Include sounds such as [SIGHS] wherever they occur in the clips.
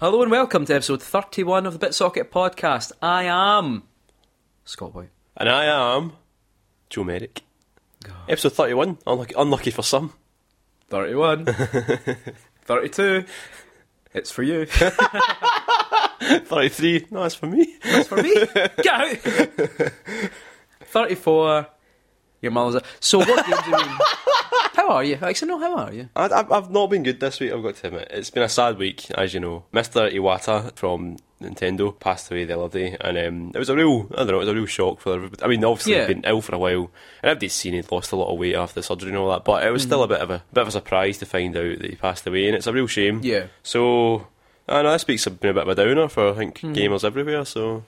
Hello and welcome to episode 31 of the BitSocket podcast. I am Scott White. And I am Joe Merrick. Episode 31, unlucky, unlucky for some. [LAUGHS] 31. 32. It's for you. 33, no, that's for me. It's for me. Get out. 34. Your mother's a. So what games do you mean? How are you? Like, so no, how are you? I, I, I've not been good this week, I've got to admit. It's been a sad week, as you know. Mr. Iwata from Nintendo passed away the other day, and um, it was a real, I don't know, it was a real shock for everybody. I mean, obviously, Yeah. he'd been ill for a while, and everybody's seen he'd lost a lot of weight after the surgery and all that, but it Mm-hmm. was still a bit of a bit of a surprise to find out that he passed away, and it's a real shame. Yeah. So, I know, this week's been a bit of a downer for, I think, Mm-hmm. gamers everywhere, so.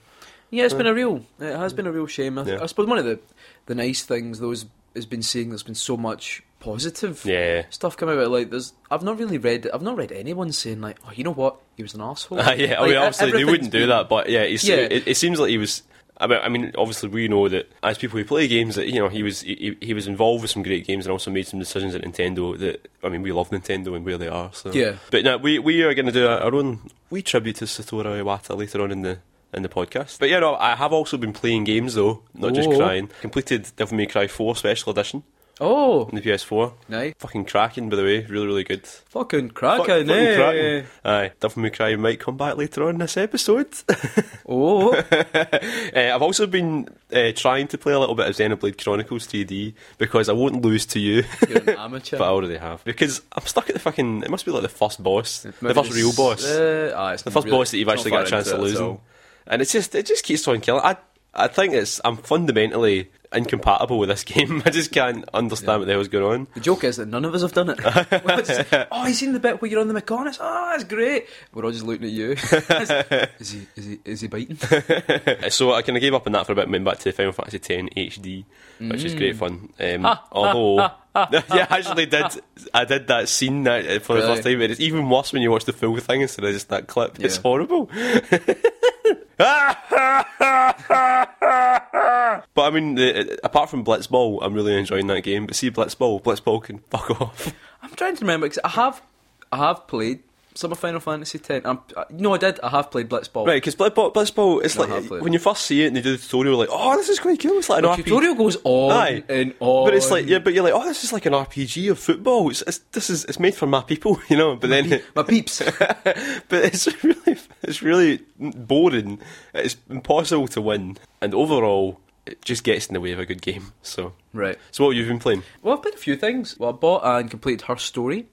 Yeah, it's been a real. It has been a real shame. I, Yeah. I suppose one of the the nice things though is has been seeing there's been so much positive Yeah. stuff come out. Like there's, I've not really read. I've not read anyone saying like, oh, you know what, he was an asshole. e-, Uh, [LAUGHS] yeah, I mean, obviously they wouldn't do that, but yeah, it's, Yeah. It, it seems like he was. I mean, I mean, obviously we know that as people who play games, that you know he was he, he was involved with some great games and also made some decisions at Nintendo that I mean we love Nintendo and where they are. So Yeah. but no, we we are going to do our our own wee tribute to Satoru Iwata later on in the. In the podcast, but yeah, no, I have also been playing games though, not just Oh. crying. Completed Devil May Cry 4 Special Edition Oh, on the PS4. nice, Fucking cracking, by the way, really, really good. fucking Fuck- cracking, fucking eh? cracking. Aye, Devil May Cry might come back later on in this episode. [LAUGHS] Oh, Uh, I've also been uh, trying to play a little bit of Xenoblade Chronicles 3D because I won't lose to [LAUGHS] you, you're an amateur. but I already have. Because I'm stuck at the fucking. It must be like the first boss, the Maybe first it's- real boss, Uh, ah, it's the first really- boss that you've it's actually not got a far chance into of it at losing. all. And it's just it just keeps on killing. I I think it's I'm fundamentally incompatible with this [LAUGHS] game. I just can't understand what the hell's going on. The joke is that none of us have done [LAUGHS] it. We're just, oh, you seen the bit where you're on the McConus? Oh, that's great. We're all just looking at you. [LAUGHS] is he? Is he? Is he biting? Uh, So I kind of gave up on that for a bit and went back to Final Fantasy X HD, which is great fun. Um, Mm. Ha, although, ha, [LAUGHS] yeah, I actually did. I did that scene that, uh, for the Really? first time, and it's even worse when you watch the full thing instead of just that clip. It's Yeah. horrible. [LAUGHS] but I mean, the, uh, apart from Blitzball, I'm really enjoying that game. But see, Blitzball, Blitzball can fuck off. [LAUGHS] I'm trying to remember because I have, I have played some of Final Fantasy X. I'm, I, no, I did. I have played Blitzball. Right, because Blitzball, Blitzball, it's No, I have like played. when you first see it and they do the tutorial, like, oh, this is quite cool. It's like an The RPG. tutorial goes on Aye. and on. But it's like yeah, but you're like, oh, this is like an RPG of football. It's, it's this is it's made for my people, [LAUGHS] you know. But then, my [LAUGHS] peeps. but it's really it's really boring. It's impossible to win, and overall, it just gets in the way of a good game. So, right. so what have you been playing? Well, I've played a few things. Well, I bought and completed her story.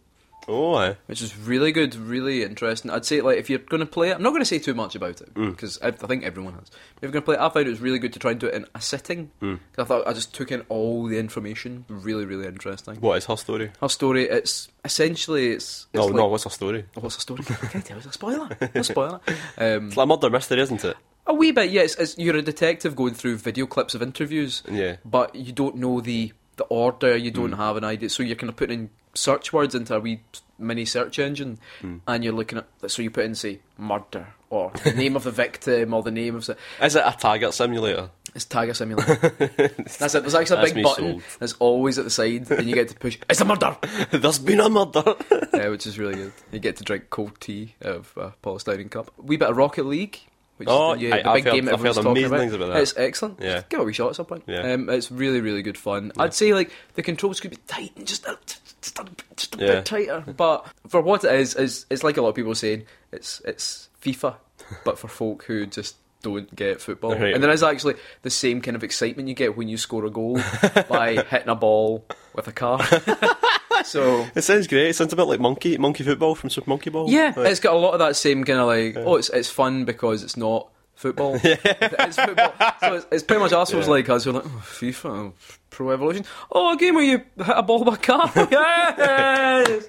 Oh, aye. which is really good, really interesting. I'd say like if you're going to play it, I'm not going to say too much about it Mm. because I, I think everyone has. But if you're going to play it, I found it was really good to try and do it in a sitting. Mm. I thought I just took in all the information, really, really interesting. what is her story? Oh, Her story, it's essentially it's, it's No, like, Oh, no, what's her story? What's the story? [LAUGHS] Can I tell you? It's a spoiler. It's a spoiler. Um, It's like a murder mystery, isn't it? a wee bit, yes. it's, you're a detective going through video clips of interviews, Yeah. Mm. but you don't know the the order. You don't have an idea, so you're kind of putting in search words into a wee mini search engine, Mm. and you're looking at. So you put in say murder or [LAUGHS] the name of the victim or the name of. the- Is it a target simulator? [LAUGHS] It's Tiger Simulator. That's it. There's actually a That's big me button sold. that's always at the side, and you get to push. It's a murder, There's been a murder. [LAUGHS] [LAUGHS] yeah, which is really good. You get to drink cold tea out of a polystyrene cup. Wee bit of Rocket League. Which Oh, is the, yeah, I- the I've big heard- game I've everyone's heard talking amazing things about that. It's excellent. Yeah. Give it a wee shot at some point. Yeah. Um, it's really, really good fun. I'd say like the controls could be tightened just a, just a, just a Yeah. bit tighter, but for what it is, is it's like a lot of people saying it's it's FIFA, [LAUGHS] but for folk who just don't get football. Right. And there is actually the same kind of excitement you get when you score a [LAUGHS] goal by hitting a ball with a car. so It sounds great. It sounds a bit like monkey monkey football from Super Monkey Ball. yeah, Like- it's got a lot of that same kind of like, oh, it's it's fun because it's not [LAUGHS] football. it's football. So it's, it's pretty much assholes Yeah. like us who are like, oh, FIFA, oh, Pro Evolution. Oh, a game where you hit a ball with a car. [LAUGHS] yes!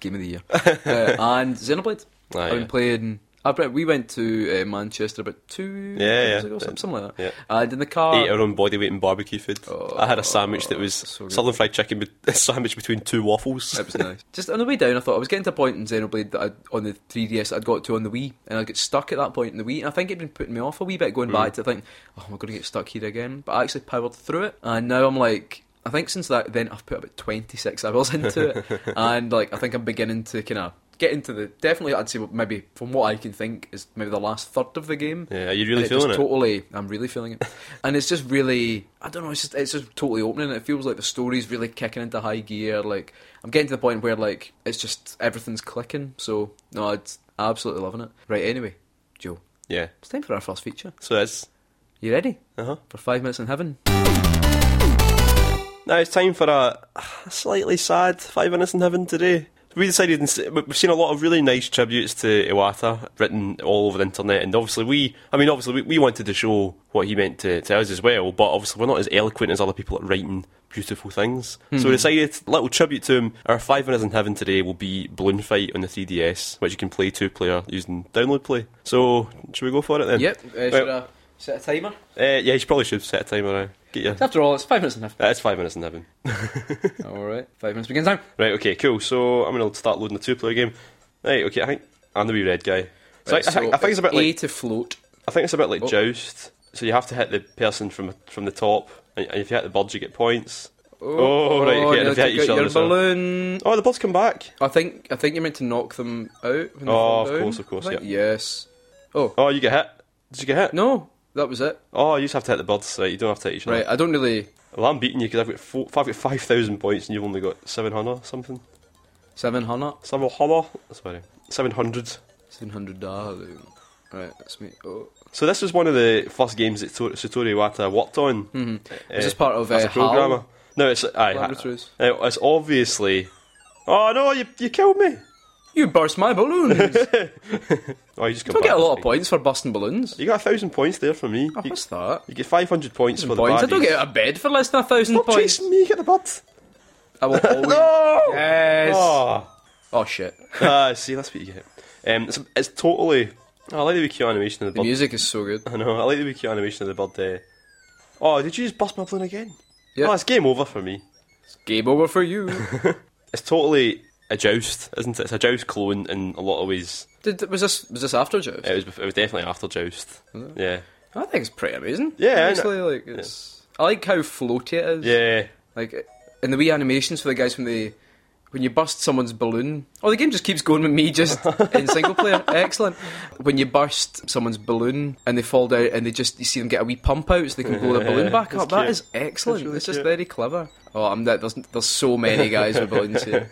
Game of the [LAUGHS] year. Uh, and Xenoblade. Ah, I've been yeah. playing. I bet we went to uh, Manchester about two Yeah, years yeah. ago, something, something like that. Yeah. And in the car, ate our own body weight in barbecue food. I had a sandwich that was Uh, Oh, so good. southern fried chicken [LAUGHS] be- sandwich between two waffles. It was nice. Just on the way down, I thought I was getting to a point in Xenoblade that I'd, on the 3DS that I'd got to on the Wii, and I got stuck at that point in the Wii, and I think it'd been putting me off a wee bit going back to think, oh, am I going to get stuck here again? But I actually powered through it, and now I'm like, [LAUGHS] I think since that then I've put about 26 hours into it, and like I think I'm beginning to kind of get into the definitely. I'd say maybe from what I can think is maybe the last third of the game. Yeah, are you really And feeling just it? Totally, I'm really feeling [LAUGHS] it, and it's just really, I don't know, it's just it's just totally opening. It feels like the story's really kicking into high gear. Like I'm getting to the point where like it's just everything's clicking. So no, it's absolutely loving it. Right, anyway, Joe, Yeah. it's time for our first feature. So it's You ready uh huh. for five minutes in [LAUGHS] heaven? Now it's time for a slightly sad five minutes in heaven today. We decided, ins- we've seen a lot of really nice tributes to Iwata written all over the internet, and obviously we, I mean, obviously we, we wanted to show what he meant to, to us as well, but obviously we're not as eloquent as other people at writing beautiful things. So we decided, little tribute to him, our five minutes in heaven today will be Balloon Fight on the 3DS, which you can play two player using download play. So, should we go for it then? Yep. Uh, should I set a timer? Uh, yeah, you probably should set a timer. Uh, get your. After all, it's five minutes in [LAUGHS] heaven. That's five minutes in heaven. all right, five minutes begins now. Right, okay, cool. So I'm going to start loading the two player game. Right, okay, I think I'm the wee red guy. So, Right, I, I, think, I think it's a bit A like to float. I think it's a bit like Oh. joust. So you have to hit the person from from the top, and, and if you hit the birds, you get points. Oh, right, okay, and nearly if you hit took each out other your as well. balloon. Oh, the birds come back. I think I think you're meant to knock them out. When they Oh, fall of down, course, of course, I think. Yes. Oh Oh, you get hit. Did you get hit? no, that was it. Oh, you just have to hit the birds. Right, you don't have to hit each other. Right, I don't really Well, I'm beating you because I've got four, I've got five thousand points and you've only got seven hundred something. seven hundred. Seven hundred. Sorry, seven hundred. Seven hundred dollars. Right, that's me. Oh. So this was one of the first games that Tor- Satoru Iwata worked on. Mm-hmm. uh, Is this part of as uh, a programmer. HAL No, it's aye, ha- laboratories? uh, it's obviously. Oh no, you you killed me. You burst my [LAUGHS] balloons. don't Oh, you just get a lot of points for busting balloons. You got a thousand points there from me. Oh, You, what's that? you get five hundred points for the Points. I don't baddies. get out of bed for less than a thousand Stop points. chasing me. Get the bud. I [LAUGHS] will always. No. Yes. Oh. Oh. shit. ah, see, that's what you get. Um, it's, it's totally. Oh, I like the wee cute animation of the The bird. music is so good. I know. I like the wee cute animation of the bird. Uh, oh, did you just bust my balloon again? Yeah. Oh, it's game over for me. Game over for [LAUGHS] you. It's totally a joust, isn't it? It's a joust clone in a lot of ways. Did was this was this after Joe? It was. bef- It was definitely after joust. Yeah. I think it's pretty amazing. Yeah, honestly, like it's. I like how floaty it is. Yeah. Like in the wee animations for the guys when they when you burst someone's balloon. Oh, the game just keeps going with me just [LAUGHS] in single player. Excellent. When you burst someone's balloon and they fall down and they just you see them get a wee pump out so they can blow their [LAUGHS] balloon back That's up. That cute. is excellent. That's really it's just cute. very clever. Oh, I'm that. There's there's so many guys with balloons [LAUGHS] here.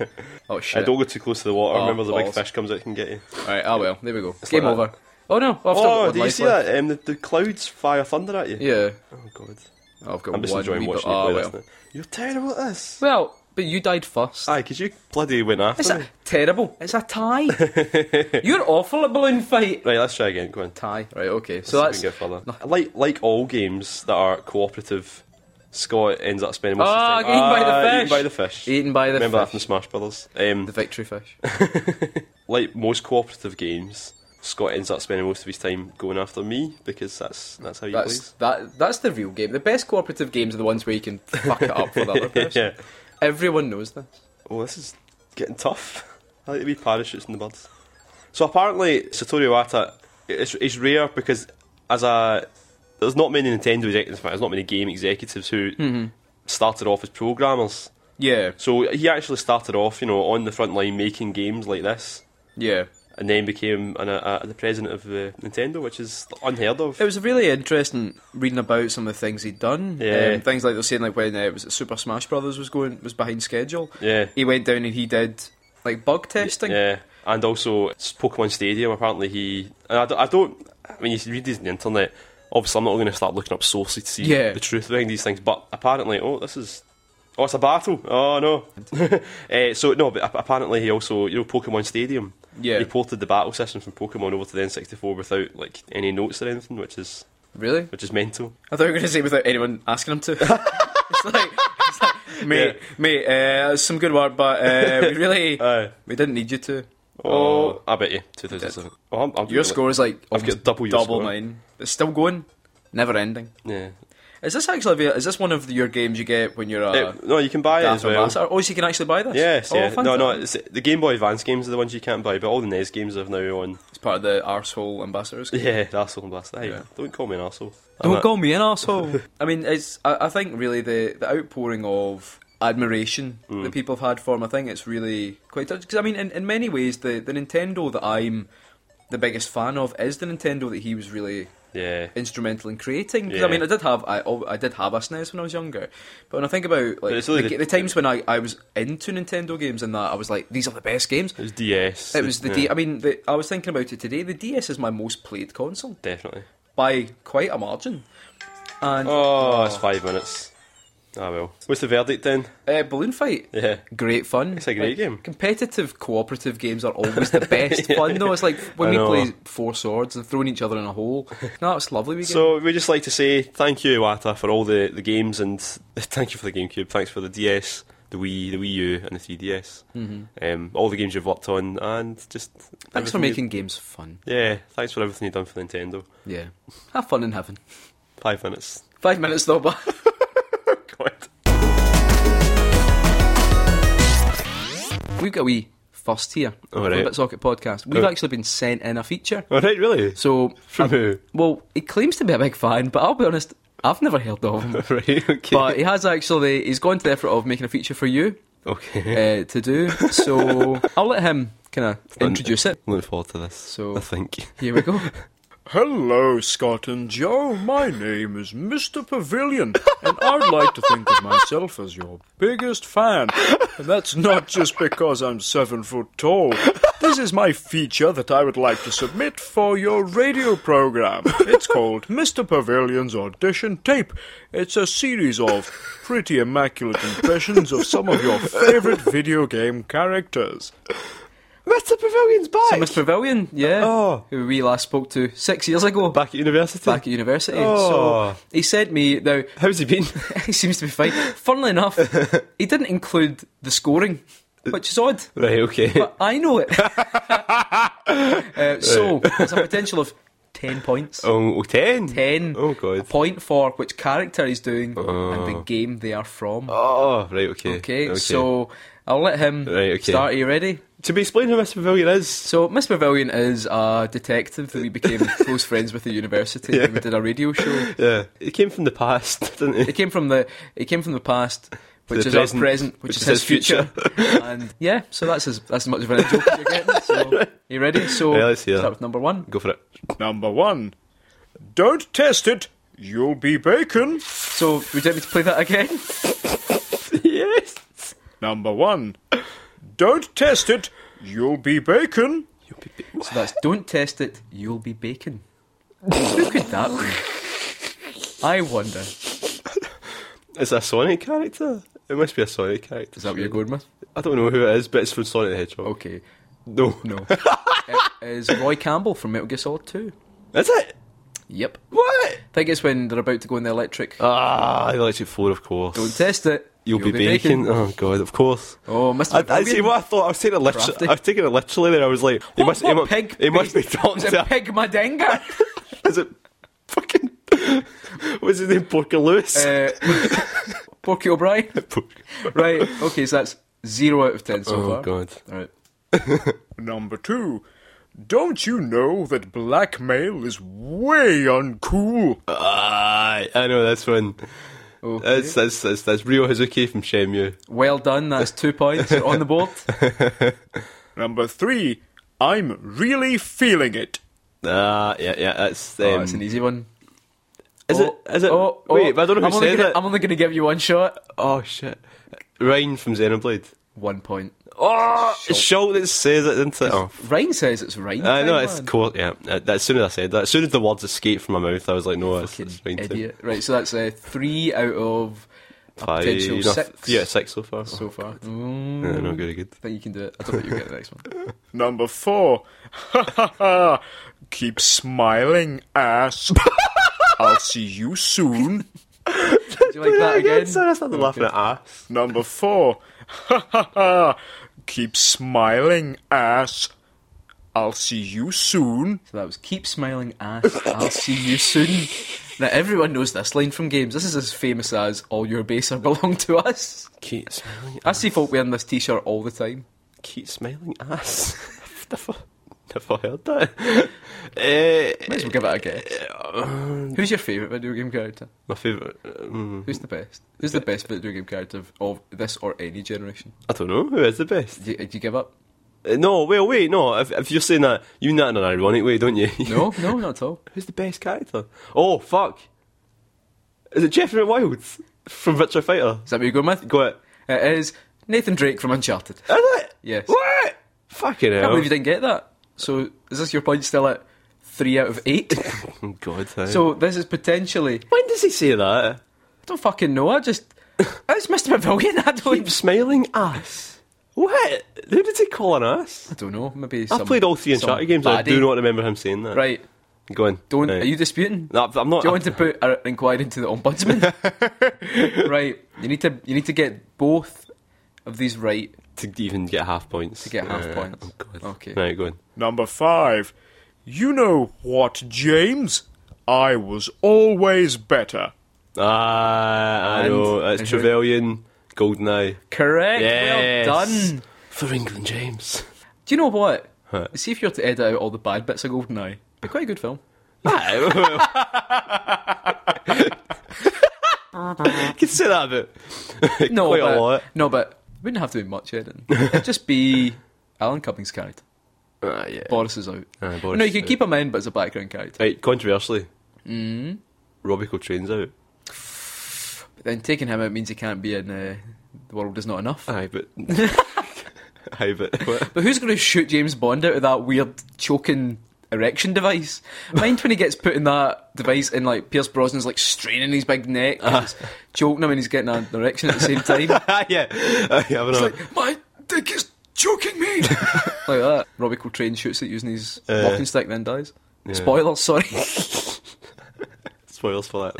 Oh Uh, shit. don't go too close to the water. Oh, Remember, the big balls. fish comes out and can get you. All right. Oh well. There we go. It's game like that. over. Oh no. I've still got oh, one did you life see left. that? Um, the, the clouds fire thunder at you. Yeah. Oh god, Oh, I've got I'm just one enjoying wee watching bit- you oh, play well. this. now. You're terrible at this. Well, but you died first. Aye, because you bloody went after it's me. a, terrible. It's a [LAUGHS] tie. You're awful at balloon fight. Right, let's try again. Go on. Tie. Right. Okay. So that's. Let's see if we can get further. Like like all games that are cooperative, Scott ends up spending most Ah, of his time eaten by the Ah, fish. Eaten by the fish. Eaten by the Remember that from fish. Smash Brothers. Um, The victory fish. like most cooperative games, Scott ends up spending most of his time going after me because that's that's how he That's that. That's the real game. The best cooperative games are the ones where you can fuck it up for the [LAUGHS] other plays. person. yeah. Everyone knows this. Oh, this is getting tough. I like the wee parachutes in the birds. So apparently, Satoru Iwata is, is rare because as a there's not many Nintendo executives, in fact, there's not many game executives who Mm-hmm. started off as programmers. Yeah. So he actually started off, you know, on the front line making games like this, Yeah. and then became an, a, a, the president of uh, Nintendo, which is unheard of. It was really interesting reading about some of the things he'd done. Yeah. Um, things like they're saying, like when uh, was it Super Smash Brothers was going was behind schedule. Yeah, He went down and he did like bug testing. yeah, and also it's Pokemon Stadium. Apparently, he and I, don't, I don't. I mean, you read these on the internet. Obviously, I'm not going to start looking up sources to see Yeah. the truth behind these things. But apparently, oh, this is. Oh, it's a battle. Oh no! [LAUGHS] uh, so no, but ap- apparently he also, you know, Pokemon Stadium. Yeah. He ported the battle system from Pokemon over to the N64 without like any notes or anything, which is Really? which is mental. I thought you were going to say without anyone asking [LAUGHS] him to. it's like, it's like mate, mate, uh, that's some good work, but uh, we really [LAUGHS] Uh, we didn't need you to. oh, I bet you 2007. Oh, I'm, I'm Your score is like I've got almost double your double score. mine. It's still going, never ending. Yeah. Is this actually? Is this one of your games you get when you're a Uh, no, you can buy it as Daft well. ambassador? Oh, so you can actually buy this? Yes, oh, yeah. No, no, fantastic. it's, the Game Boy Advance games are the ones you can't buy, but all the NES games are now on. It's part of the arsehole ambassadors. [LAUGHS] Yeah, the arsehole and blast. Hey, Yeah. Don't call me an arsehole. I'm Don't [LAUGHS] a- call me an asshole. I mean, it's. I, I think really the the outpouring of admiration that people have had for him. I think it's really quite touching. Because I mean, in, in many ways, the the Nintendo that I'm the biggest fan of is the Nintendo that he was really Yeah. instrumental in creating. 'Cause, Yeah. I mean, I did have I, al- I did have a SNES when I was younger, but when I think about like it's really the, the- the times when I, I was into Nintendo games and that, I was like, these are the best games. It was DS. It was the yeah, D. I mean, the, I was thinking about it today. The DS is my most played console Definitely. by quite a margin. And Oh, it's five minutes. Ah, well. What's the verdict then? uh, Balloon Fight, Yeah. great fun. It's a great Like, game. Competitive cooperative games are always the [LAUGHS] best fun though. It's like when I we know. play four swords and throwing each other in a hole. No, it's lovely. We get So we just like to say thank you, Iwata, for all the, the games and [LAUGHS] thank you for the GameCube. Thanks for the DS, the Wii, the Wii U, and the 3DS. Mm-hmm. Um, all the games you've worked on, and just thanks for everything making games fun. you- yeah, thanks for everything you've done for Nintendo. Yeah, have fun in heaven. Five minutes. Five minutes though, but. [LAUGHS] God. We've got a wee first here All from right. the Bitsocket podcast. We've Oh. actually been sent in a feature. All right, really? So, From who? [LAUGHS] well, he claims to be a big fan, but I'll be honest, I've never heard of [LAUGHS] him. Right. Okay. But he has actually, he's gone to the effort of making a feature for you okay. uh, to do. So [LAUGHS] I'll let him kind of introduce it. Looking forward to this. So- I think. Here we go. Hello, Scott and Joe. My name is Mr. Pavilion, and I'd like to think of myself as your biggest fan. And that's not just because I'm seven foot tall. This is my feature that I would like to submit for your radio program. It's called Mr. Pavilion's Audition Tape. It's a series of pretty immaculate impressions of some of your favorite video game characters. [LAUGHS] Mr. Pavilion's back. So, Miss Pavilion, yeah, Oh. who we last spoke to six years ago back, back at university. at university. Oh. So he sent me, now, [LAUGHS] How's he been? [LAUGHS] he seems to be fine. Funnily enough, he didn't include the scoring, which is odd. right. Okay. but I know it. [LAUGHS] uh, [LAUGHS] so there's a potential of ten points. oh, oh, ten. Ten. Oh A God. point for which character he's doing and the game they are from. Oh, right. Okay. okay, so I'll let him Right, okay. start. Are you ready? To be explained who Mr. Pavilion is. So Miss Pavilion is a detective [LAUGHS] that we became close friends with at university and we did a radio show. Yeah. He came from the past, [LAUGHS] didn't he? It came from the it came from the past, which The is our present, present, which, is, his future. [LAUGHS] and yeah, so that's as that's as much of an joke as you're getting. So you ready? So Right, let's hear start it. with number one. Go for it. [LAUGHS] Number one, don't test it. You'll be bacon. So would you like me to play that again? yes. Number one, don't test it. You'll be bacon. So that's don't test it, you'll be bacon. Who could that be? I wonder. Is It's a Sonic character. It must be a Sonic character. that what you're going with? I don't know who it is, but it's from Sonic the Hedgehog. Okay, No. no. [LAUGHS] it is Roy Campbell from Metal Gear Solid 2. Is it? Yep. What? I think it's when they're about to go in the electric. Ah, the Electric 4, of course. Don't test it. You'll, be, bacon. Oh, God, of course. Oh, Mr. I, I see Bacon. what I thought. I was taking it Crafty. literally. I was taking it literally. There, I was like, it What- must. what it, mu- pig it must be based- Is it Doctor. Pig Madenga? [LAUGHS] Is it fucking? [LAUGHS] What's his name? Porker Lewis. [LAUGHS] uh, Porky O'Brien? Right, okay, so that's zero out of ten so Oh, far. God. Alright. Number two, don't you know that blackmail is way uncool? Aye, I know this one. Okay. That's that's that's that's Rio Hazuki from Shenmue. Well done, that's [LAUGHS] two points You're on the board. Um, Number three, I'm really feeling it. Ah, yeah, yeah. That's um, Oh, that's an easy one. is it? Is it? Oh, oh, wait, but I don't know I'm who only said gonna, it. I'm only going to give you one shot. Oh shit, Ryan from Xenoblade. One point. Ah! Oh, it's Schultz that says it, isn't it? Oh. Ryan says it's Ryan. I know time, it's man. cool. Yeah, Uh, that, as soon as I said that, as soon as the words escaped from my mouth, I was like, "No, it's, Fucking it's fine." too. idiot. Right, so that's uh, three out of a Five, potential no, six. Yeah, six so far. so far. Mm, Yeah, no, very good. I think you can do it. I don't think you get the next one. Number four, [LAUGHS] ha ha ha, keep smiling, ass. I'll see you soon. Do you like that again? Oh, So that's not the laughing at ass. Number four, [LAUGHS] ha ha ha, keep smiling, ass. I'll see you soon. So that was keep smiling, ass. I'll see you soon. Now everyone knows this line from games. This is as famous as all your base are belong to us. Keep smiling. [LAUGHS] I see folk wearing this T-shirt all the time. Keep smiling ass. never heard [LAUGHS] Eh, that. Might as well give it a guess. uh, Who's your favourite video game character? my favourite. Um, Who's the best? Who's the best video game character of, of this or any generation? I don't know who is the best. Do you, do you give up? Uh, no, well, wait, no. If, if you're saying that, you mean that in an ironic way, don't you? No, [LAUGHS] no, not at all. Who's the best character? Oh fuck! Is it Jeffrey Wilds from Virtua Fighter? Is that what you're going with? Go it. It is Nathan Drake from Uncharted. Is it? Yes. What? Fucking I can't hell! believe you didn't get that. So is this your point still at three out of [LAUGHS] eight? Oh, God. eh? so this is potentially when does he say that? I don't fucking know, I just it's Mr Pavilion, [LAUGHS] I Keep don't smiling ass. What? Who did he call an ass? I don't know, maybe I've played all three Uncharted games. and I do not remember him saying that. Right. Go on. Don't Right. are you disputing? No, I'm not. Do you want to put an inquiry into the ombudsman? [LAUGHS] right. You need to you need to get both of these right to even get half points. To get half points. Oh, God. Okay. Right, go on. Number five. You know what, James? I was always better. Ah, I And- know. and It's who- Trevelyan, Goldeneye. Correct. Yes. Well done. For England, James. Do you know what? Huh. See if you're to edit out all the bad bits of Goldeneye. Be quite a good film. you can say that about [LAUGHS] No, quite but, a lot. No, but it wouldn't have to be much [LAUGHS] editing. It'd just be Alan Cummings' character. Ah, yeah. Boris is out. Ah, Boris no, you is can out. keep him in, but as a background character. Right, controversially, mm. Mm-hmm. Robbie Coltrane's out. But then taking him out means he can't be in uh, The World Is Not Enough. Aye, but. [LAUGHS] Aye, but. What? [LAUGHS] But who's going to shoot James Bond out of that weird choking erection [LAUGHS] device? Mind when he gets put in that device and like Pierce Brosnan's like straining his big neck, 'cause it's choking him, and he's getting an erection at the same time. yeah. [LAUGHS] Aye, I don't know. My dick is choking me! [LAUGHS] like that. Robbie Coltrane shoots it using his Uh, walking stick, then dies. yeah. Spoilers, sorry. [LAUGHS] Spoilers for that.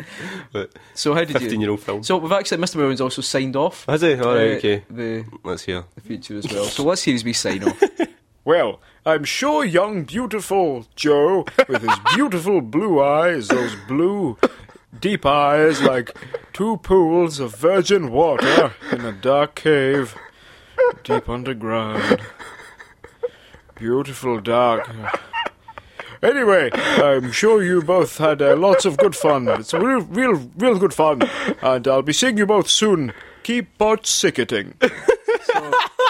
But so how did 15 you? year old film. So we've actually Mr. Merwin's also signed off. Has he? Alright, uh, okay. The, Let's hear. the future as well. So let's hear his wee sign [LAUGHS] off. Well, I'm sure young, beautiful Joe, with his beautiful blue eyes, those blue, deep eyes like two pools of virgin water in a dark cave, deep underground. Beautiful, dark. Anyway, I'm sure you both had uh, lots of good fun. It's real, real, real good fun. And I'll be seeing you both soon. Keep pot sicketing. So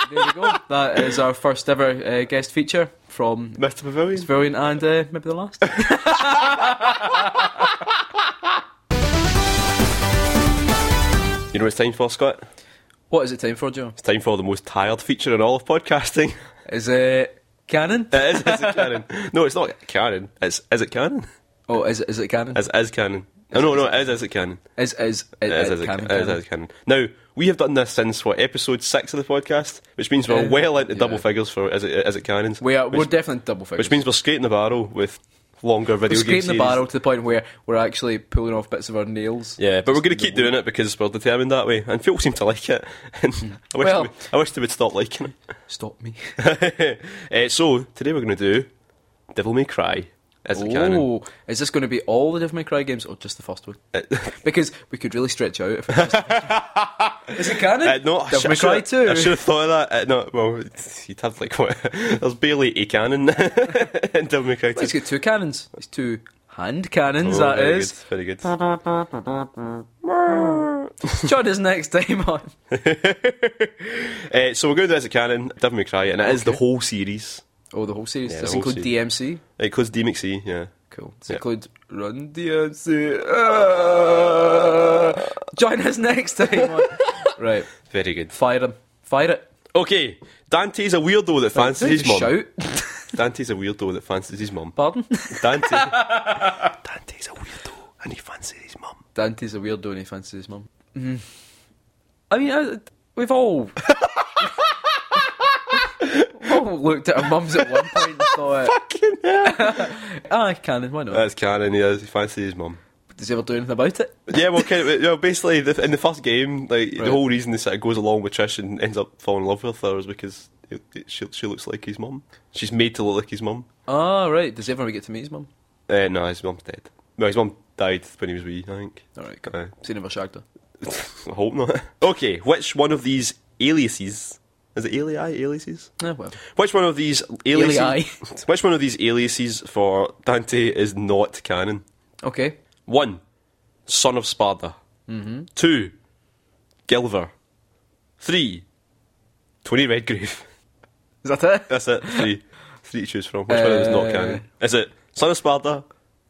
there we go. That is our first ever uh, guest feature from Mr. Pavilion. Pavilion and uh, maybe the last. [LAUGHS] You know what it's time for, Scott? what is it time for, Joe? It's time for the most tired feature in all of podcasting. [LAUGHS] Is it canon? It is, is it canon? No, it's not canon. It's is it canon? Oh, is it is it canon? It's is canon. Oh, no, no, it is, is it canon? Is is It it, is, it is it canon? canon? It is, canon? is it canon? Now we have done this since what episode six of the podcast, which means we're Uh, well into yeah. double figures for is it is it canons? We are. which, we're definitely double figures. which means we're skating the barrel with longer video We're game scraping the series. barrel to the point where we're actually pulling off bits of our nails. Yeah, but we're going to keep doing it because we're determined that way, and people seem to like it. [LAUGHS] And I wish Well- they, would- I wish they would stop liking Stop me. [LAUGHS] it. [LAUGHS] Eh, so today we're going to do Devil May Cry. Is it canon? Oh, is this going to be all the Devil May Cry games or just the first one? Uh, [LAUGHS] Because we could really stretch out if it's just the [LAUGHS] first one. Is it canon? Uh, no, Devil I should- I May Cry should- I should 2. have thought of that. Uh, no, well, it's- you'd have like what? [LAUGHS] There's barely a [LAUGHS] cannon in Devil May Cry 2. He's got two cannons. He's two hand cannons, Oh, that very is. Good, very good. John is next time on. Uh, so we're going to do as a canon, Devil May Cry, and it is the whole series. Uh, Oh, the whole series. Yeah, the Does this whole include DMC? It includes DMXE, E, yeah. Cool. Does Yeah. it include Run DMC? Ah! Join us next time [LAUGHS] on. right. Very good. Fire him. Fire it. Okay, Dante's a weirdo that fancies his mum. Shout. Dante's a weirdo that fancies his mum. Pardon? [LAUGHS] [LAUGHS] Dante. Dante's a weirdo and he fancies his mum. Dante's a weirdo and he fancies his mum. I mean, I, we've [LAUGHS] all. we've all looked at our mums at one point and thought. [LAUGHS] Fucking hell! [LAUGHS] ah, canon, why not? That's canon, he, is, he fancies his mum. Does he ever do anything about it? Yeah, well, kind of, you know, basically, the, in the first game, like Right. the whole reason this sort of goes along with Trish and ends up falling in love with her is because it, it, she, she looks like his mum. She's made to look like his mum. Ah, right. Does he ever get to meet his mum? Uh, no, his mum's dead. Well, his mum died when he was wee, I think. Alright, cool. Uh, [LAUGHS] So he never shagged her. I hope not. Okay, which one of these aliases Is it Alii? Aliases? Eh, well. Which one of these aliases? [LAUGHS] Which one of these aliases for Dante is not canon? Okay. One, son of Sparta. Mm-hmm. Two, Gilver. Three, Tony Redgrave. [LAUGHS] Is that it? That's it. Three, three to choose from. Which one is not Uh, canon? Is it son of Sparta,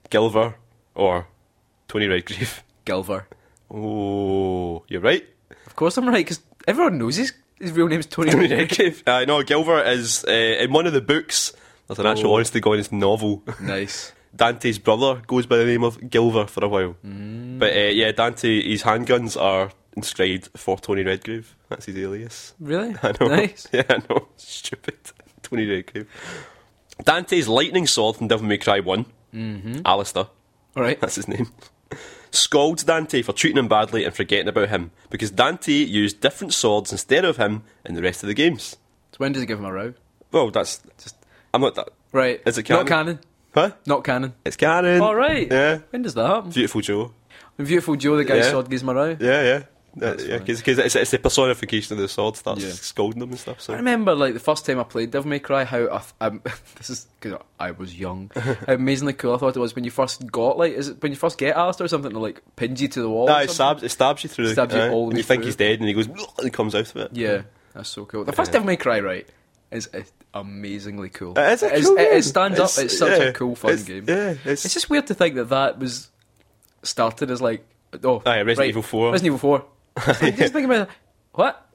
Gilver, or Tony Redgrave? [LAUGHS] Gilver. Oh, you're right. Of course I'm right, because everyone knows his, his real name's Tony [LAUGHS] Tony Redgrave. Redgrave. Uh, no, Gilver is uh, in one of the books. There's an actual Oh. honest to goodness novel. [LAUGHS] Nice. Dante's brother goes by the name of Gilver for a while. Mm. But uh, yeah, Dante, his handguns are inscribed for Tony Redgrave. That's his alias. [LAUGHS] Really? I know. Nice. [LAUGHS] Yeah, I know. Stupid. Tony Redgrave. Dante's lightning sword from Devil May Cry one Mm-hmm. Alistair. All right. That's his name. [LAUGHS] Scolds Dante for treating him badly and forgetting about him because Dante used different swords instead of him in the rest of the games. So when does he give him a row? Well, that's Just I'm not that. right. Is it Not canon. Huh? Not canon. It's canon. All right. Yeah. When does that happen? Beautiful Joe. Beautiful Joe, the guy Yeah. sword gives him a row. Yeah, yeah. Uh, That's yeah, funny. because it's, it's the personification of the sword starts Yeah. scolding them and stuff. I So remember, like the first time I played Devil May Cry, how I th- um, [LAUGHS] this is because I was [LAUGHS] young. how amazingly cool I thought it was when you first got like is it when you first get Alistair or something that like pins you to the wall. or nah, it, something? stabs, it stabs you through. Stabs you aye, all the and way you think through. he's dead, and he goes and he comes out of it. Yeah, that's so cool. The first Devil May Cry, right, is uh, amazingly cool. It is Uh, a It is- cool it, game. it stands up. It's such yeah, a cool fun it's- game. Yeah, it's, It's just weird to think that that was started as like oh Aye, Resident right, Evil 4. Resident Evil [LAUGHS] Four. just think about it, what.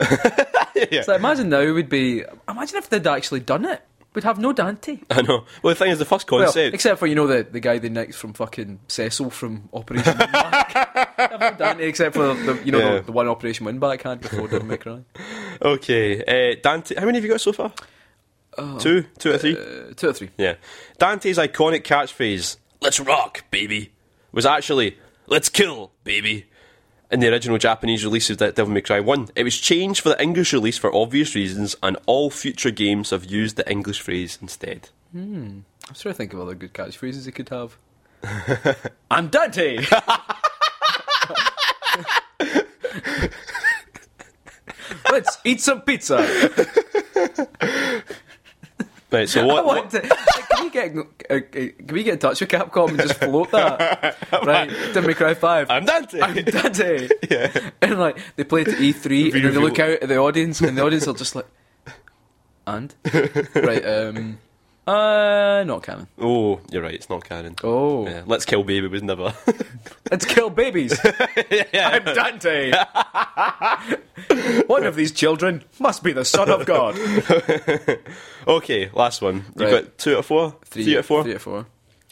[LAUGHS] yeah. So imagine now we would be imagine if they'd actually done it. We'd have no Dante. I know. Well, the thing is, the first Well, concept. except for you know the, the guy they nicked from fucking Cecil from Operation Windback. [LAUGHS] I've done it except for the, the you know Yeah. the, the one Operation Windback had before Devil May Cry. [LAUGHS] okay, uh, Dante. How many have you got so far? Oh. Two, two or three. Uh, two or three. yeah. Dante's iconic catchphrase "Let's rock, baby" was actually "Let's kill, baby." In the original Japanese release of De- Devil May Cry 1, it was changed for the English release for obvious reasons, and all future games have used the English phrase instead. I'm trying to think of other good catchphrases he could have. [LAUGHS] I'm Dante. [LAUGHS] Let's eat some pizza. Right, [LAUGHS] so I what? what- want to, can we get uh, can we get in touch with Capcom and just float [LAUGHS] that? right, Devil May Cry Five. [LAUGHS] I'm Dante. I'm Dante. yeah. And like they play to E3 and then they reveal- look out at the audience and the audience are just like, and right, um, uh, not canon. oh, you're right. It's not canon. Oh, Yeah, let's kill baby was never. let's kill babies. [LAUGHS] [LAUGHS] I'm Dante. One of these children must be the son of God. okay, last one. You Right. got two out of four. Three, out of four. Three or four.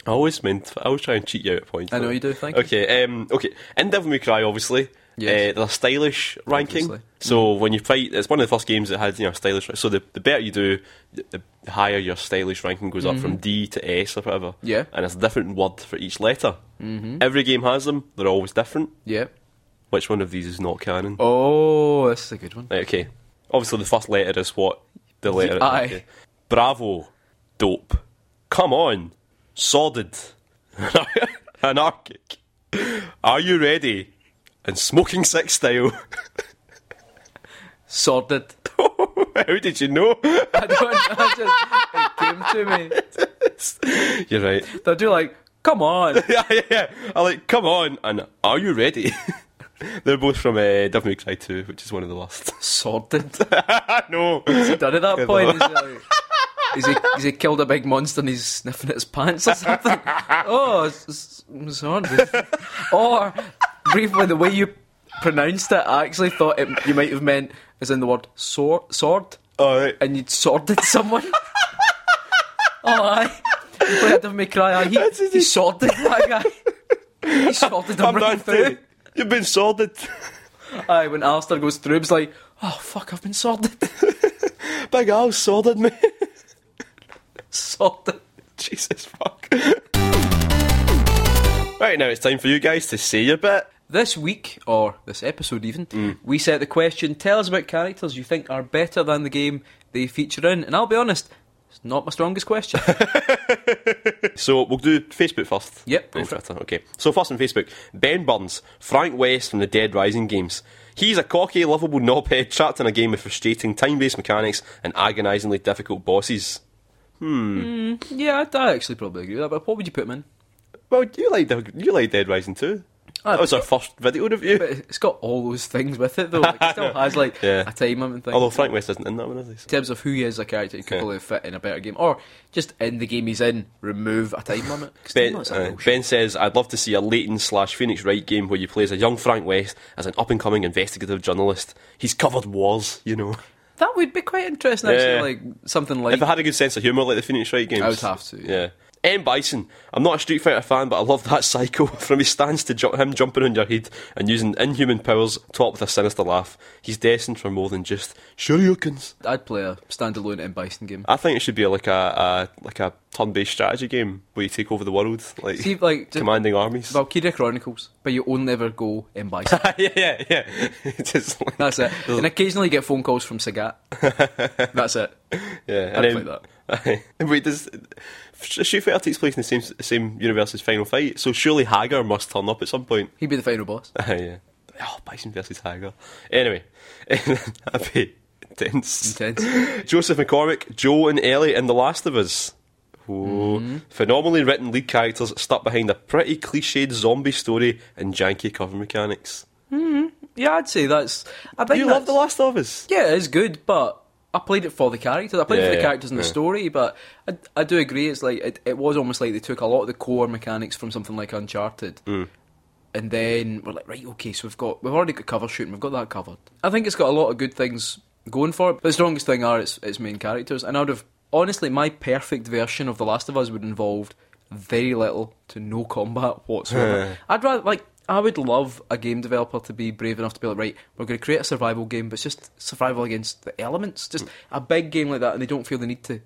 I always meant I always try and cheat you out of points. I know though. you do, thank you. okay, Um, okay, in Devil May Cry, obviously, Yes. uh, there's a stylish ranking. Obviously. So when you fight, it's one of the first games that had you know stylish. So the, the better you do, the, the higher your stylish ranking goes up from D to S or whatever. Mm-hmm. Yeah. and it's a different word for each letter. Mm-hmm. Every game has them. They're always different. Yep. Which one of these is not canon? Oh, this is a good one. Right, okay. Obviously, the first letter is what the letter. Aye. okay. Bravo. Dope. Come on. Sordid. [LAUGHS] Anarchic. Are you ready? And smoking sex style. Sorted. [LAUGHS] How did you know? [LAUGHS] I [LAUGHS] don't know, just, it came to me. You're right. [LAUGHS] They do like, come on. Yeah, yeah, yeah. I like. Come on. And are you ready? [LAUGHS] They're both from uh, Devil May Cry 2, which is one of the last. Sorted. no. Done at that Good point. Is he, like, is he, is he killed a big monster and he's sniffing at his pants or something? oh, it's, it's, it's sorted. Or, briefly, the way you pronounced it, I actually thought it, you might have meant, as in the word sor- sword, [LAUGHS] All right. and you'd sorted someone. oh, aye. You played Devil May Cry, aye. He, he sorted that guy. He sorted him I'm right done. through. You've been sordid. Aye, when Alistair goes through, it's like, oh fuck, I've been sorted, [LAUGHS] [LAUGHS] Big Al sordid me. [LAUGHS] sorted. Jesus fuck. right now it's time for you guys to say your bit. This week, or this episode even, Mm. we set the question tell us about characters you think are better than the game they feature in. And I'll be honest, It's not my strongest [LAUGHS] question. So we'll do Facebook first. Yep, go Then for it. Twitter. Okay. So first on Facebook, Ben Burns, Frank West from the Dead Rising games. He's a cocky, lovable knobhead trapped in a game of frustrating time-based mechanics and agonisingly difficult bosses. yeah, I, I actually probably agree with that. But what would you put him in? Well, you like the- you like Dead Rising too. I- that was our first video review. Uh, But it's got all those things with it though. Like, it [LAUGHS] still has like Yeah. a time limit thing. Although Frank West isn't in that one, is he? in terms of who he is as a character, he could Yeah. probably fit in a better game, or just in the game he's in, remove a time limit. 'Cause time Ben, limit's a uh, bullshit. ben says, I'd love to see a Leighton slash Phoenix Wright game where you play as a young Frank West as an up and coming investigative journalist. He's covered wars, you know. that would be quite interesting. Actually, Yeah. like something like If I had a good sense of humour like the Phoenix Wright games, I would have to, yeah. Yeah. M Bison. I'm not a Street Fighter fan, but I love that cycle [LAUGHS] from his stance to ju- him jumping on your head and using inhuman powers, topped with a sinister laugh. He's destined for more than just shurikens. I'd play a standalone M Bison game. I think it should be like a, a like a turn-based strategy game where you take over the world, like, See, like just commanding armies. Valkyria Chronicles, but you only ever go M [LAUGHS] Bison. yeah, yeah, yeah. [LAUGHS] Just like- That's it. And occasionally you get phone calls from [LAUGHS] Sagat. That's it. Yeah, I'd and like [LAUGHS] then, Wait, does Street Fighter takes place in the same same universe as Final Fight? So surely Hagar must turn up at some point. [LAUGHS] He'd be the final boss. yeah. Oh, Bison versus Hagar. Anyway, [LAUGHS] that'd be intense. Intense. [LAUGHS] Joseph McCormick, Joe, and Ellie in The Last of Us. Whoa. Mm-hmm. Phenomenally written lead characters stuck behind a pretty cliched zombie story and janky cover mechanics. Yeah, I'd say that's. I think You love that's- The Last of Us? Yeah, it's good, but I played it for the characters. I played it Yeah, for the yeah, characters and the yeah. story, but I, I do agree. It's like it, it was almost like they took a lot of the core mechanics from something like Uncharted, Mm. and then we're like, right, okay, so we've got we've already got cover shooting, we've got that covered. I think it's got a lot of good things going for it. But the strongest thing are its its main characters, and I'd have honestly my perfect version of The Last of Us would involve very little to no combat whatsoever. I'd rather like I would love a game developer to be brave enough to be like, right, we're going to create a survival game, but it's just survival against the elements. Just a big game like that, and they don't feel the need to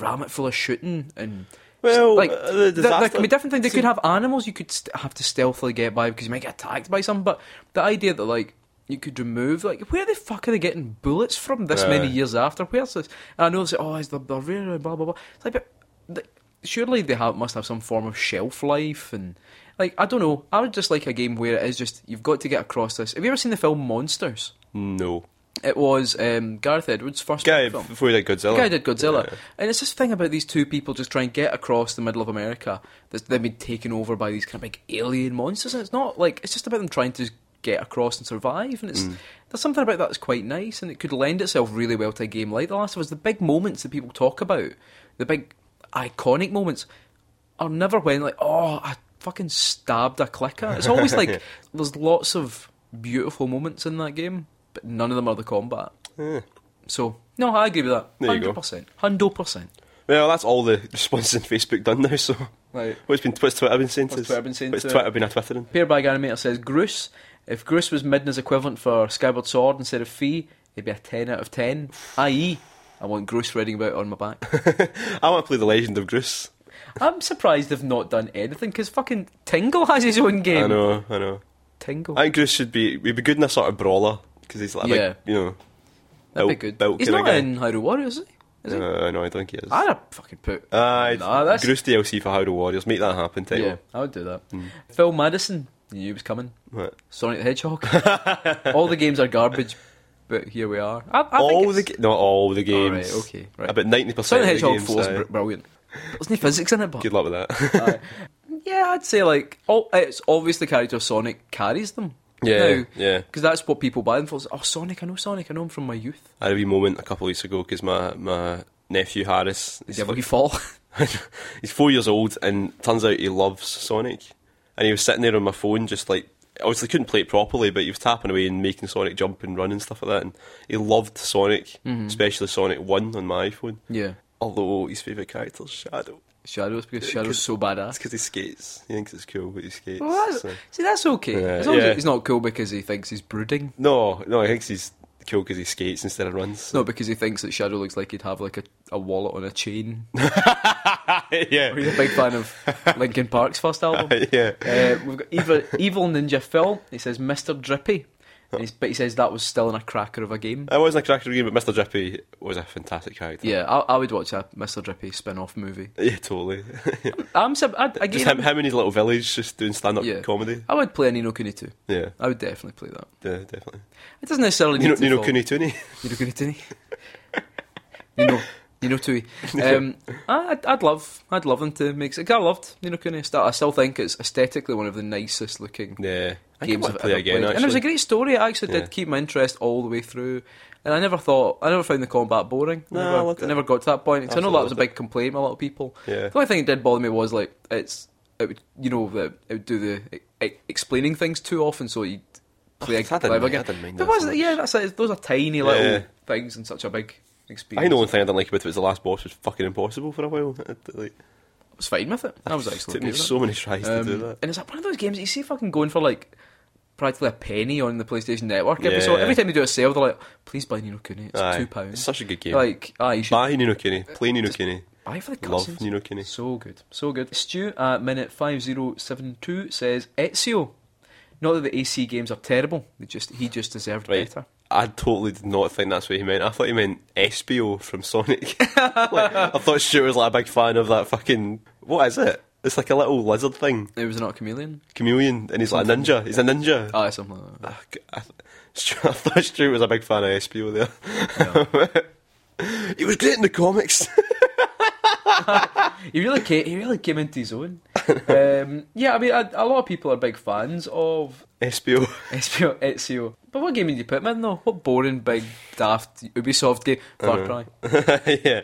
ram it full of shooting and. Well, like uh, the there- there disaster- can be different things. They could have animals you could st- have to stealthily get by because you might get attacked by some. But the idea that like you could remove like where the fuck are they getting bullets from this Yeah. many years after? Where's this? And I know they say, oh, it's the the rare blah blah blah. It's like, but th- surely they have must have some form of shelf life and like I don't know. I would just like a game where it is just you've got to get across this. Have you ever seen the film Monsters? No. It was um, Gareth Edwards' first Guy, big film. before he did Godzilla. The guy did Godzilla. And it's this thing about these two people just trying to get across the middle of America that's then been taken over by these kind of big alien monsters. And it's not like, it's just about them trying to get across and survive. And it's, there's something about that that's quite nice and it could lend itself really well to a game like The Last of Us. The big moments that people talk about, the big iconic moments, are never when, like, oh, I fucking stabbed a clicker. It's always like, there's lots of beautiful moments in that game, but none of them are the combat. So no, I agree with that. There you go. Hundred percent, hundred percent. Well, that's all the responses on Facebook done now, so. Right. What's, been, what's Twitter been saying What's to us? Twitter been saying What's to- Twitter been a twittering? Pearbag Animator says Groose. If Groose was Midna's equivalent for Skyward Sword instead of Fee, it'd be a ten out of [SIGHS] ten. I.e., I want Groose riding about on my back. I want to play The Legend of Groose. I'm surprised they've not done anything because fucking Tingle has his own game. I know, I know. Tingle, I think Groose should be would be good in a sort of brawler because he's like, a big, Yeah. you know, that'd be built- good. built He's kinda not guy. in Hyrule Warriors, is he? Is he? Uh, no, I don't think he is. I'd have fucking put. Uh, Nah, that's- Groose DLC for Hyrule Warriors. Make that happen, title. yeah, I would do that. Hmm. Phil Madison, you knew he was coming. Right. Sonic the Hedgehog. [LAUGHS] All the games are garbage, but here we are. I, I think all it's- the ga- not all the All games. right, okay, right. About ninety percent Sonic of the the Hedgehog games. 4 is aye. br- brilliant. There's no physics in it, but Good luck with that. Aye. yeah, I'd say like all, it's obvious the character of Sonic carries them. Yeah, yeah. Because that's what people buy them for. It's, oh, Sonic! I know Sonic. I know him from my youth. [LAUGHS] I had a wee moment a couple of weeks ago because my my nephew Harris, Did he's, you ever fall? [LAUGHS] [LAUGHS] he's four years old, and turns out he loves Sonic, and he was sitting there on my phone just like. Obviously couldn't play it properly, but he was tapping away and making Sonic jump and run and stuff like that. And he loved Sonic, especially Sonic One on my iPhone. Mm-hmm. yeah, Although his favourite character is Shadow. Shadows because Shadows so badass. [LAUGHS] It's because he skates. He thinks it's cool, but he skates. Well, that's, so- See, that's okay. Yeah, as long yeah. as he's not cool because he thinks he's brooding, No, no, he thinks he's cool because he skates instead of runs. not because he thinks that Shadow looks like he'd have like a, a wallet on a [LAUGHS] chain. [LAUGHS] yeah, He's a big fan of Linkin Park's first album. [LAUGHS] yeah. Uh, we've got evil, evil Ninja Phil. He says Mr. Drippy. And he's, but he says that was still in a cracker of a game. It wasn't a cracker game, but Mr. Drippy was a fantastic character. Yeah, I, I would watch a Mr. Drippy spin off movie. Yeah, totally. [LAUGHS] I'm sub- I, just again, him, him in his little village, just doing stand up Yeah. comedy. I would play a Nino Kuni 2. Yeah, I would definitely play that. yeah, definitely. It doesn't necessarily Nino, need to Nino follow- Kuni [LAUGHS] Tuni. Nino Kuni Tuni. Nino. Nino Tui. Um, I- I'd, I'd love, I'd love them to make. I loved Nino Kuni. I still- I still think it's aesthetically one of the nicest looking Yeah. I think I games might I've play ever again, played. actually. And it was a great story. It actually Yeah. did keep my interest all the way through. And I never thought, I never found the combat boring. No, I never, loved I, it. never got to that point. 'cause I know Absolutely that was a loved big complaint by a lot of people. Yeah. The only thing that did bother me was like it's, it would, you know, the, it would do the e- e- explaining things too often, so you play I a didn't play mind- again. I didn't mind But that was so it- yeah, that's it. Those are tiny little Yeah. things in such a big experience. I think the only thing I didn't like about it was the last boss was fucking impossible for a while. [LAUGHS] It, like, I was fine with it. I [LAUGHS] was it actually took me okay with it. so many tries Um, to do that. And it's like one of those games that you see fucking going for like practically a penny on the PlayStation Network episode. Yeah. Every time they do a sale, they're like, "Please buy Nino Kuni. It's Aye. two It's pounds." such a good game. Like, aye, you should Buy Nino Kuni. Play Nino Kuni. buy for the Love cutscenes. Nino Kuni. So good, so good. Stu at minute five zero seven two says Ezio. Not that the AC games are terrible. They just he just deserved Right. better. I totally did not think that's what he meant. I thought he meant SBO from Sonic. [LAUGHS] like, I thought Stuart was like a big fan of that fucking. What is it? It's like a little lizard thing, It was not a chameleon. chameleon, and he's like a ninja. He's a ninja. Ah, something like that. Ah, g- I, th- Stuart, I thought Stuart was a big fan of SBO there. [LAUGHS] he was great in the comics. [LAUGHS] He really came, he really came into his [LAUGHS] own. um, yeah, I mean, a, a lot of people are big fans of SBO. SPO, Ezio. But what game did you put him in though? What boring, big, daft Ubisoft game? Far Uh-huh. Cry. [LAUGHS] yeah.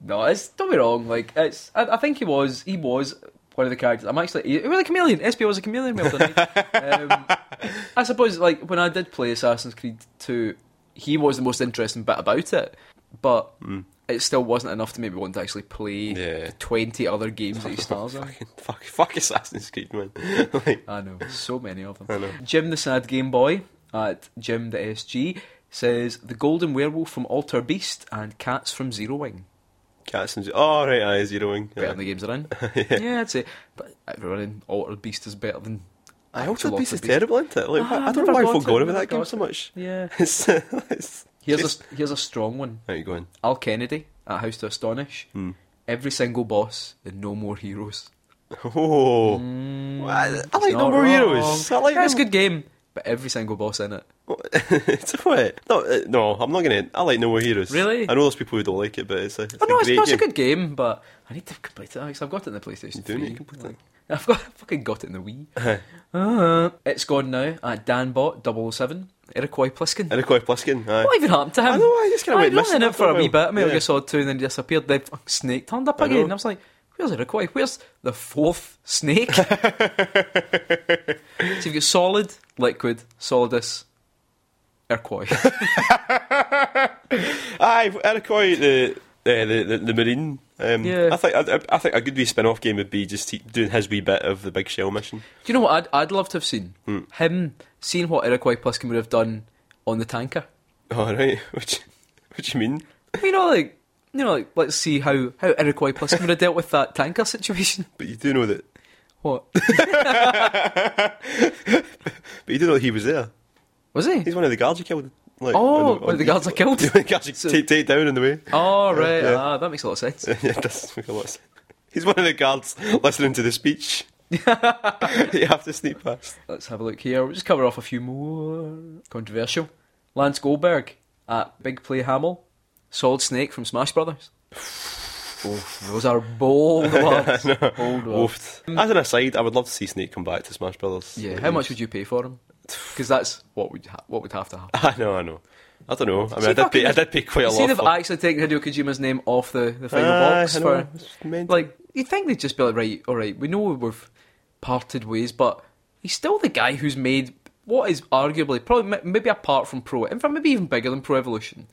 No, it's don't be wrong. Like it's, I, I think he was, he was one of the characters. I'm actually, he was a chameleon. SPO was a chameleon. Well done. [LAUGHS] um, I suppose, like when I did play Assassin's Creed 2, he was the most interesting bit about it. But it still wasn't enough to make me want to actually play Mm. Yeah. the 20 other games that he stars in. Fucking fuck, fuck Assassin's Creed, man. [LAUGHS] like, I know, so many of them. Jim the Sad Game Boy at Jim the SG says the Golden Werewolf from Alter Beast and Cats from Zero Wing. cats and oh right, aye, zeroing. Better [LAUGHS] Yeah. than the games are in. yeah. I'd say. But everyone in Alter Beast is better than. I actual also this is Altered terrible, isn't it? Like, Ah, I don't never know why got people it, go on about never that game got so it. much. [LAUGHS] Yeah. It's, it's Here's just- a, here's a strong one How you going? Al Kennedy at House to Astonish. Hmm. Every single boss and no more heroes. [LAUGHS] Hmm. Oh, Mm. I, I like No Not More wrong. Heroes. I like yeah, it's a them. good game, but every single boss in it. [LAUGHS] it's what? No, uh, no, I'm not gonna. I like No More Heroes. Really? I know there's people who don't like it, but it's a, it's Oh no, a it's, great no, it's a game. good game, but I need to complete it. Alex. I've got it in the PlayStation do 3. need to complete it. Like, [LAUGHS] I've got I've fucking got it in the Wii. uh, it's gone now at Danbot 007, Iroquois Pliskin. And a Koi Pliskin. Aye. What even happened to him? I know, I just kinda went he was missing in it after for a a wee while. bit. Metal Yeah. Gear Solid 2 and then he disappeared. The fucking snake turned up I again. know. And I was like, where's Iroquois? Where's the fourth [LAUGHS] snake? so you've got Solid, Liquid, Solidus, Iroquois. Aye, Iroquois, the, eh, the, the the Marine. Um, Yeah. I think I, I think a good wee spin-off game would be just he, doing his wee bit of the Big Shell mission. [LAUGHS] Do you know what I'd, I'd love to have seen? Him seeing what Iroquois Pliskin would have done on the tanker. All right, [LAUGHS] what what you mean? You know, like, you know, like, let's see how, how Iroquois Pliskin would have dealt with that tanker situation. [LAUGHS] But you do know that. What? But you do know he was there. Was he? He's one of the guards you killed. Like, Oh, on one of the guards I killed. [LAUGHS] the guards you So- take, take down on the way. Oh, right. Yeah. Ah, that makes a lot of sense. [LAUGHS] yeah, it does make a lot of sense. He's one of the guards listening to the [LAUGHS] speech. you have to sneak past. Let's have a look here. We'll just cover off a few more controversial. Lance Goldberg at Big Play Hamill, Solid Snake from Smash Brothers. Oof, those are bold words. Bold words. Oofed. As an aside, I would love to see Snake come back to Smash Brothers. Yeah. How much would you pay for him? Because that's what would ha- what would have to happen. [LAUGHS] I know, I know. I don't know. I mean, See I if did, I can pay, I just- did pay quite a See, lot. they've For, actually taken Hideo Kojima's name off the, the final Aye, box I know. for It's mental. like you think they'd just be like, right, all right, we know we've parted ways, but he's still the guy who's made what is arguably probably m- maybe apart from Pro, in fact, maybe even bigger than Pro Evolution,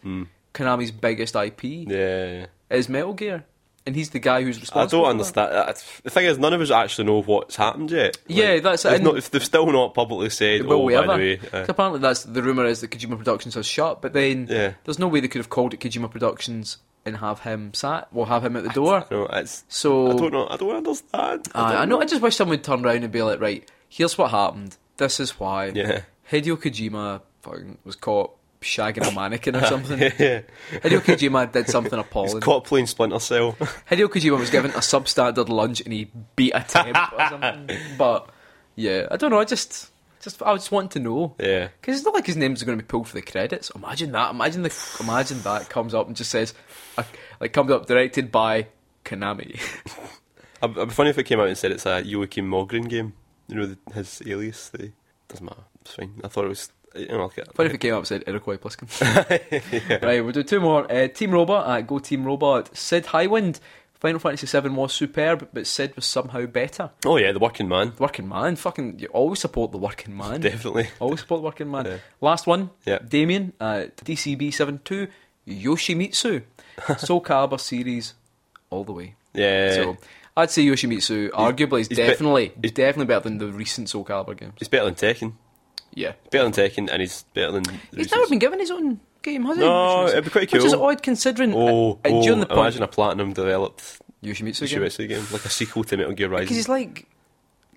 Konami's biggest IP Hmm. yeah, yeah. is Metal Gear, and he's the guy who's I responsible. don't for that. understand. I- The thing is, none of us actually know what's happened yet. Yeah, that's it. they've And- Not, they've still not publicly said. Will oh, we by ever? the way, uh, 'Cause apparently, that's the rumor is that Kojima Productions has shut, but then Yeah. there's no way they could have called it Kojima Productions and have him sat. Well, have him at the door. no, it's. So I don't know. I don't understand. Aye, don't Uh, I know. I just wish someone would turn around and be like, right, here's what happened. This is why. Yeah. [LAUGHS] Hideo Kojima fucking was caught shagging a mannequin [LAUGHS] or something. yeah. Hideo Kojima did [LAUGHS] something appalling. Caught playing Splinter Cell. [LAUGHS] Hideo Kojima was given a substandard lunch and he beat a temp or [LAUGHS] something. But yeah, I don't know. I just, just I just want to know yeah. because it's not like his name's going to be pulled for the credits. Imagine that. Imagine the. Imagine that comes up and just says, uh, like comes up directed by Konami. [LAUGHS] It'd be funny if it came out and said it's a Joachim Mogren game. You know, the, his alias. The, doesn't matter. It's fine. I thought it was. You know, I'll get Funny if it came up and said Iroquois Pliskin. [LAUGHS] Right, we'll do two more. Uh, Team Robot at Go Team Robot. Sid Highwind. Final Fantasy VII was superb, but Sid was somehow better. Oh, yeah, The Working Man. Working man, fucking, you always support the working man. Definitely. Always support the working man. Yeah. Last one, Yeah. Damien uh, at DCB72, [LAUGHS] Yoshimitsu, Soul Calibur series, all the way. Yeah. So I'd say Yoshimitsu, arguably, is Uh, he's be- definitely, he's- definitely better than the recent Soul Calibur games. He's better than Tekken. Yeah. Better than Tekken, and he's better than. He's Reese's. never been given his own game, has he? No, Yoshimitsu? it'd be quite Which is cool. odd considering. Oh, uh, uh, oh, during the point, imagine a platinum developed Yoshimitsu game. Shibuya game, like a sequel to Metal Gear Because he's Rising. like,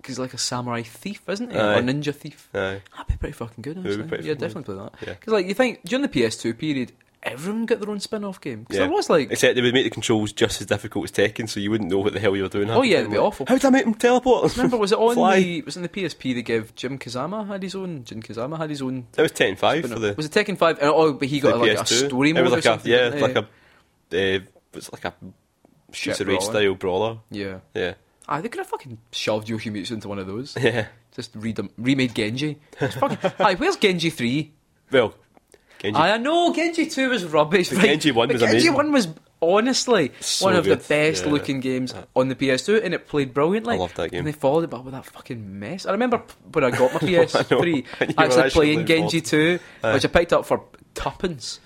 cause he's like a samurai thief, isn't he? Aye. Or ninja thief. Aye. That'd be pretty fucking good. be Honestly. Uh, pretty yeah, fucking definitely play that. Yeah. Because like you think during the PS2 period, everyone got their own spin-off game. Because Yeah. there was like, Except they would make the controls just as difficult as Tekken, so you wouldn't know what the hell you were doing. half Oh, the yeah, time. it'd be Like, awful. How did I make him teleport? remember [LAUGHS] was it on Fly. the was it in the PSP they give Jim Kazama had his own Jim Kazama had his own. That was Tekken Five for spin-off. the. was it Tekken Five? And, oh, but he the got like PS2. a story it mode was or like a something. yeah, didn't like they? a uh, was like a Shit shoots of rage brawler. style brawler. Yeah, Yeah, [LAUGHS] ah, they could have fucking shoved Yoshimitsu into one of those. yeah. Just read them, remade Genji. It's fucking, [LAUGHS] aye, where's Genji three? Well, Genji, I know Genji two was rubbish. But right? Genji 1 But was Genji amazing. one was honestly So one of good, the best yeah. looking games on the PS2, and it played brilliantly. I loved that game. And they followed it up with that fucking mess. I remember p- when I [LAUGHS] got my You PS3, were actually actually playing Genji involved. two, which I picked up for tuppence.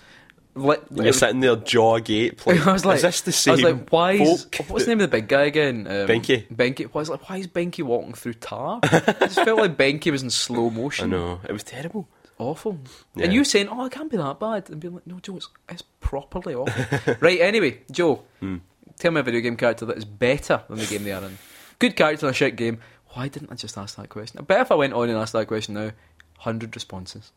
Lit- Uh. you're sitting there jaw agape. Like, [LAUGHS] I was like, is this the I same? was like, why is folk what's the name of the big guy again? Um, Benki. Benki. I was like, why is Benki walking through tar? [LAUGHS] it just felt like Benki was in slow I motion know it was terrible. awful. Yeah. And you saying, "Oh, it can't be that bad," and being like, "No, Joe, it's, it's properly awful." [LAUGHS] right. Anyway, Joe, Hmm. tell me a video game character that is better than the game they are in. Good character in a shit game. Why didn't I just ask that question? I bet if I went on and asked that question now, hundred responses.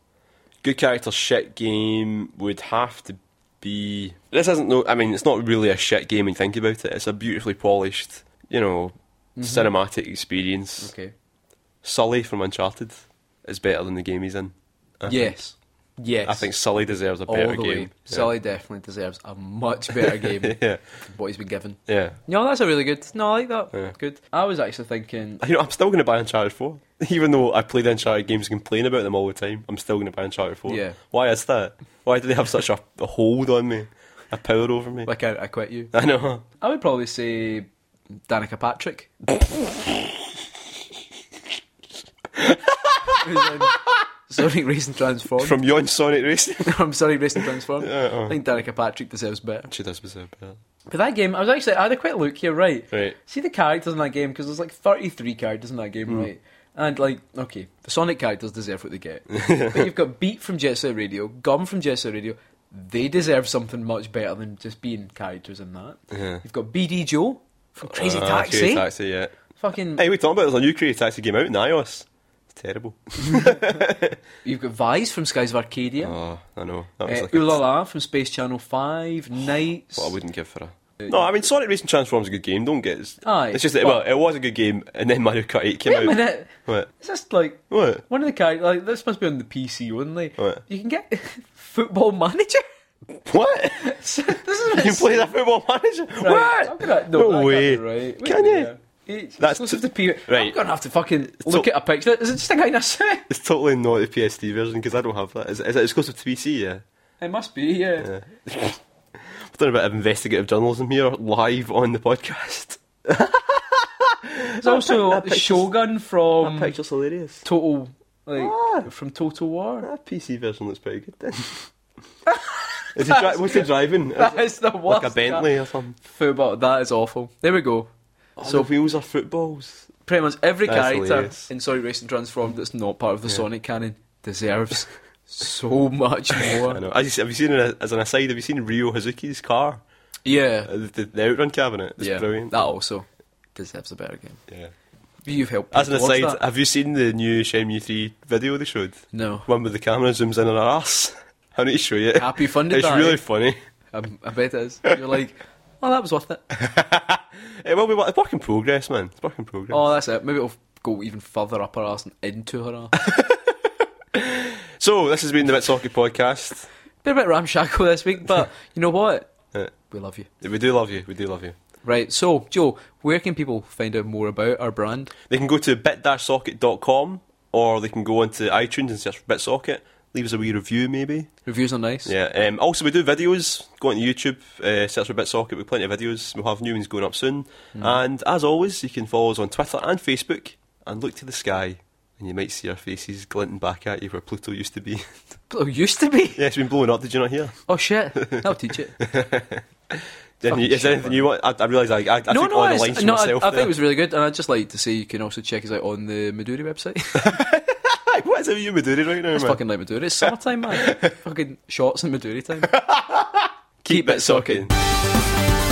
good character shit game would have to be. This isn't no. I mean, it's not really a shit game. When you think about it, it's a beautifully polished, you know, cinematic experience. Mm-hmm. Okay. Sully from Uncharted is better than the game he's in. I yes. Yes. Think, I think Sully deserves a all better the way. game. Sully definitely deserves a much better [LAUGHS] game Yeah. than [LAUGHS] yeah, what he's been given. yeah. No, that's a really good. No, I like that. Yeah. Good. I was actually thinking. [LAUGHS] You know, I'm still going to buy Uncharted 4. [LAUGHS] Even though I play the Uncharted games and complain about them all the time, I'm still going to buy Uncharted 4. Yeah. Why is that? Why do they have such a, [LAUGHS] a hold on me? A power over me? Like I, I quit you. [LAUGHS] I know. I would probably say Danica Patrick. Who's in Sonic Race and Transform. [LAUGHS] From, From yon Sonic [LAUGHS] Racing. Sonic Race and Transform. uh. I think Danica Patrick deserves better. she does deserve better. But that game, I was actually, I had a quick look here, right? Right. See the characters in that game, because there's like 33 characters in that game, right? And like, okay, the Sonic characters deserve what they get. but you've got Beat from Jet Set Radio, Gum from Jet Set Radio. They deserve something much better than just being characters in that. Yeah. You've got BD Joe from Crazy Ah, Taxi. Crazy Taxi, yeah. Fucking, Hey, we talking about there's a new Crazy Taxi game out in iOS. It's terrible. you've got Vise from Skies of Arcadia, Oh, I know. That was uh, like a, Ulala from Space Channel Five, Knights. what I wouldn't give for a. Uh, No, I mean Sonic Racing Transform's a good game. Don't get it. Aye, It's just that, well, well- it was a good game, and then Mario Kart 8 came Wait out. a minute, What? it's just like What? one of the characters. Like this must be on the PC only. What? You can get [LAUGHS] Football Manager. [LAUGHS] What? [LAUGHS] So this is you can play that football manager? Right, I'm What? gonna, no, No that can't way. be Right. Wait Can a minute. It's That's exclusive t- to P- right. I'm gonna have to fucking look So- at a picture. Is it just a guy in a suit? It's totally not the PSD version because I don't have that. Is, is it exclusive to PC? Yeah. It must be. Yeah. yeah. We've done a bit of investigative journalism here, live on the podcast. There's also picture's- Shogun from hilarious. Total, like Ah. from Total War. That PC version looks pretty good [LAUGHS] then. is he dri- what's he driving? Is it That's the worst. like a Bentley or something. Football. That is awful. There we go. so So- wheels are footballs. Pretty much every That's character hilarious. in Sonic Racing Transformed that's not part of the Sonic canon [LAUGHS] deserves so much I more. know. As you, s- have you seen an- as an aside? Have you seen Ryo Hazuki's car? Yeah. Uh, The, the outrun cabinet. It's yeah. brilliant. That also deserves a better game. Yeah. You've helped. As an people watch aside, that. have you seen the new Shenmue 3 video they showed? no. One with the camera zooms in on her ass. [LAUGHS] I need to show you. Happy funded [LAUGHS] It's that, really eh? funny. I, I bet it is. You're like, oh, that was worth [LAUGHS] it. It will be a work in progress, man. It's a work in progress. Oh, that's it. Maybe it'll go even further up her ass and into her ass. So, this has been the Mitsocket Podcast. Been a bit ramshackle this week, but you know [LAUGHS] what? Uh, We love you. we do love you. We do love you. Right, so, Joe, where can people find out more about our brand? They can go to bit-socket.com or they can go onto iTunes and search for BitSocket. Leave us a wee review, maybe. Reviews are nice. Yeah. Um, also, we do videos. Go on YouTube, uh, search for BitSocket. We've plenty of videos. We'll have new ones going up soon. Hmm. And as always, you can follow us on Twitter and Facebook and look to the sky and you might see our faces glinting back at you where Pluto used to be. [LAUGHS] Oh, used to be. yeah, it's been blowing up. Did you not hear? Oh, shit. That'll teach it. Did Fucking you, is shit, there anything you want? I, I realise I, I, I no, took no, all the it's- lines for no I, I myself. think there. [LAUGHS] it was really good, and I'd just like to say you can also check us out on the Maduri website. [LAUGHS] what is it you doing right now, It's man? fucking like Maduri. It's summertime, [LAUGHS] man. fucking shorts and Maduri time. Keep, Keep it it socking.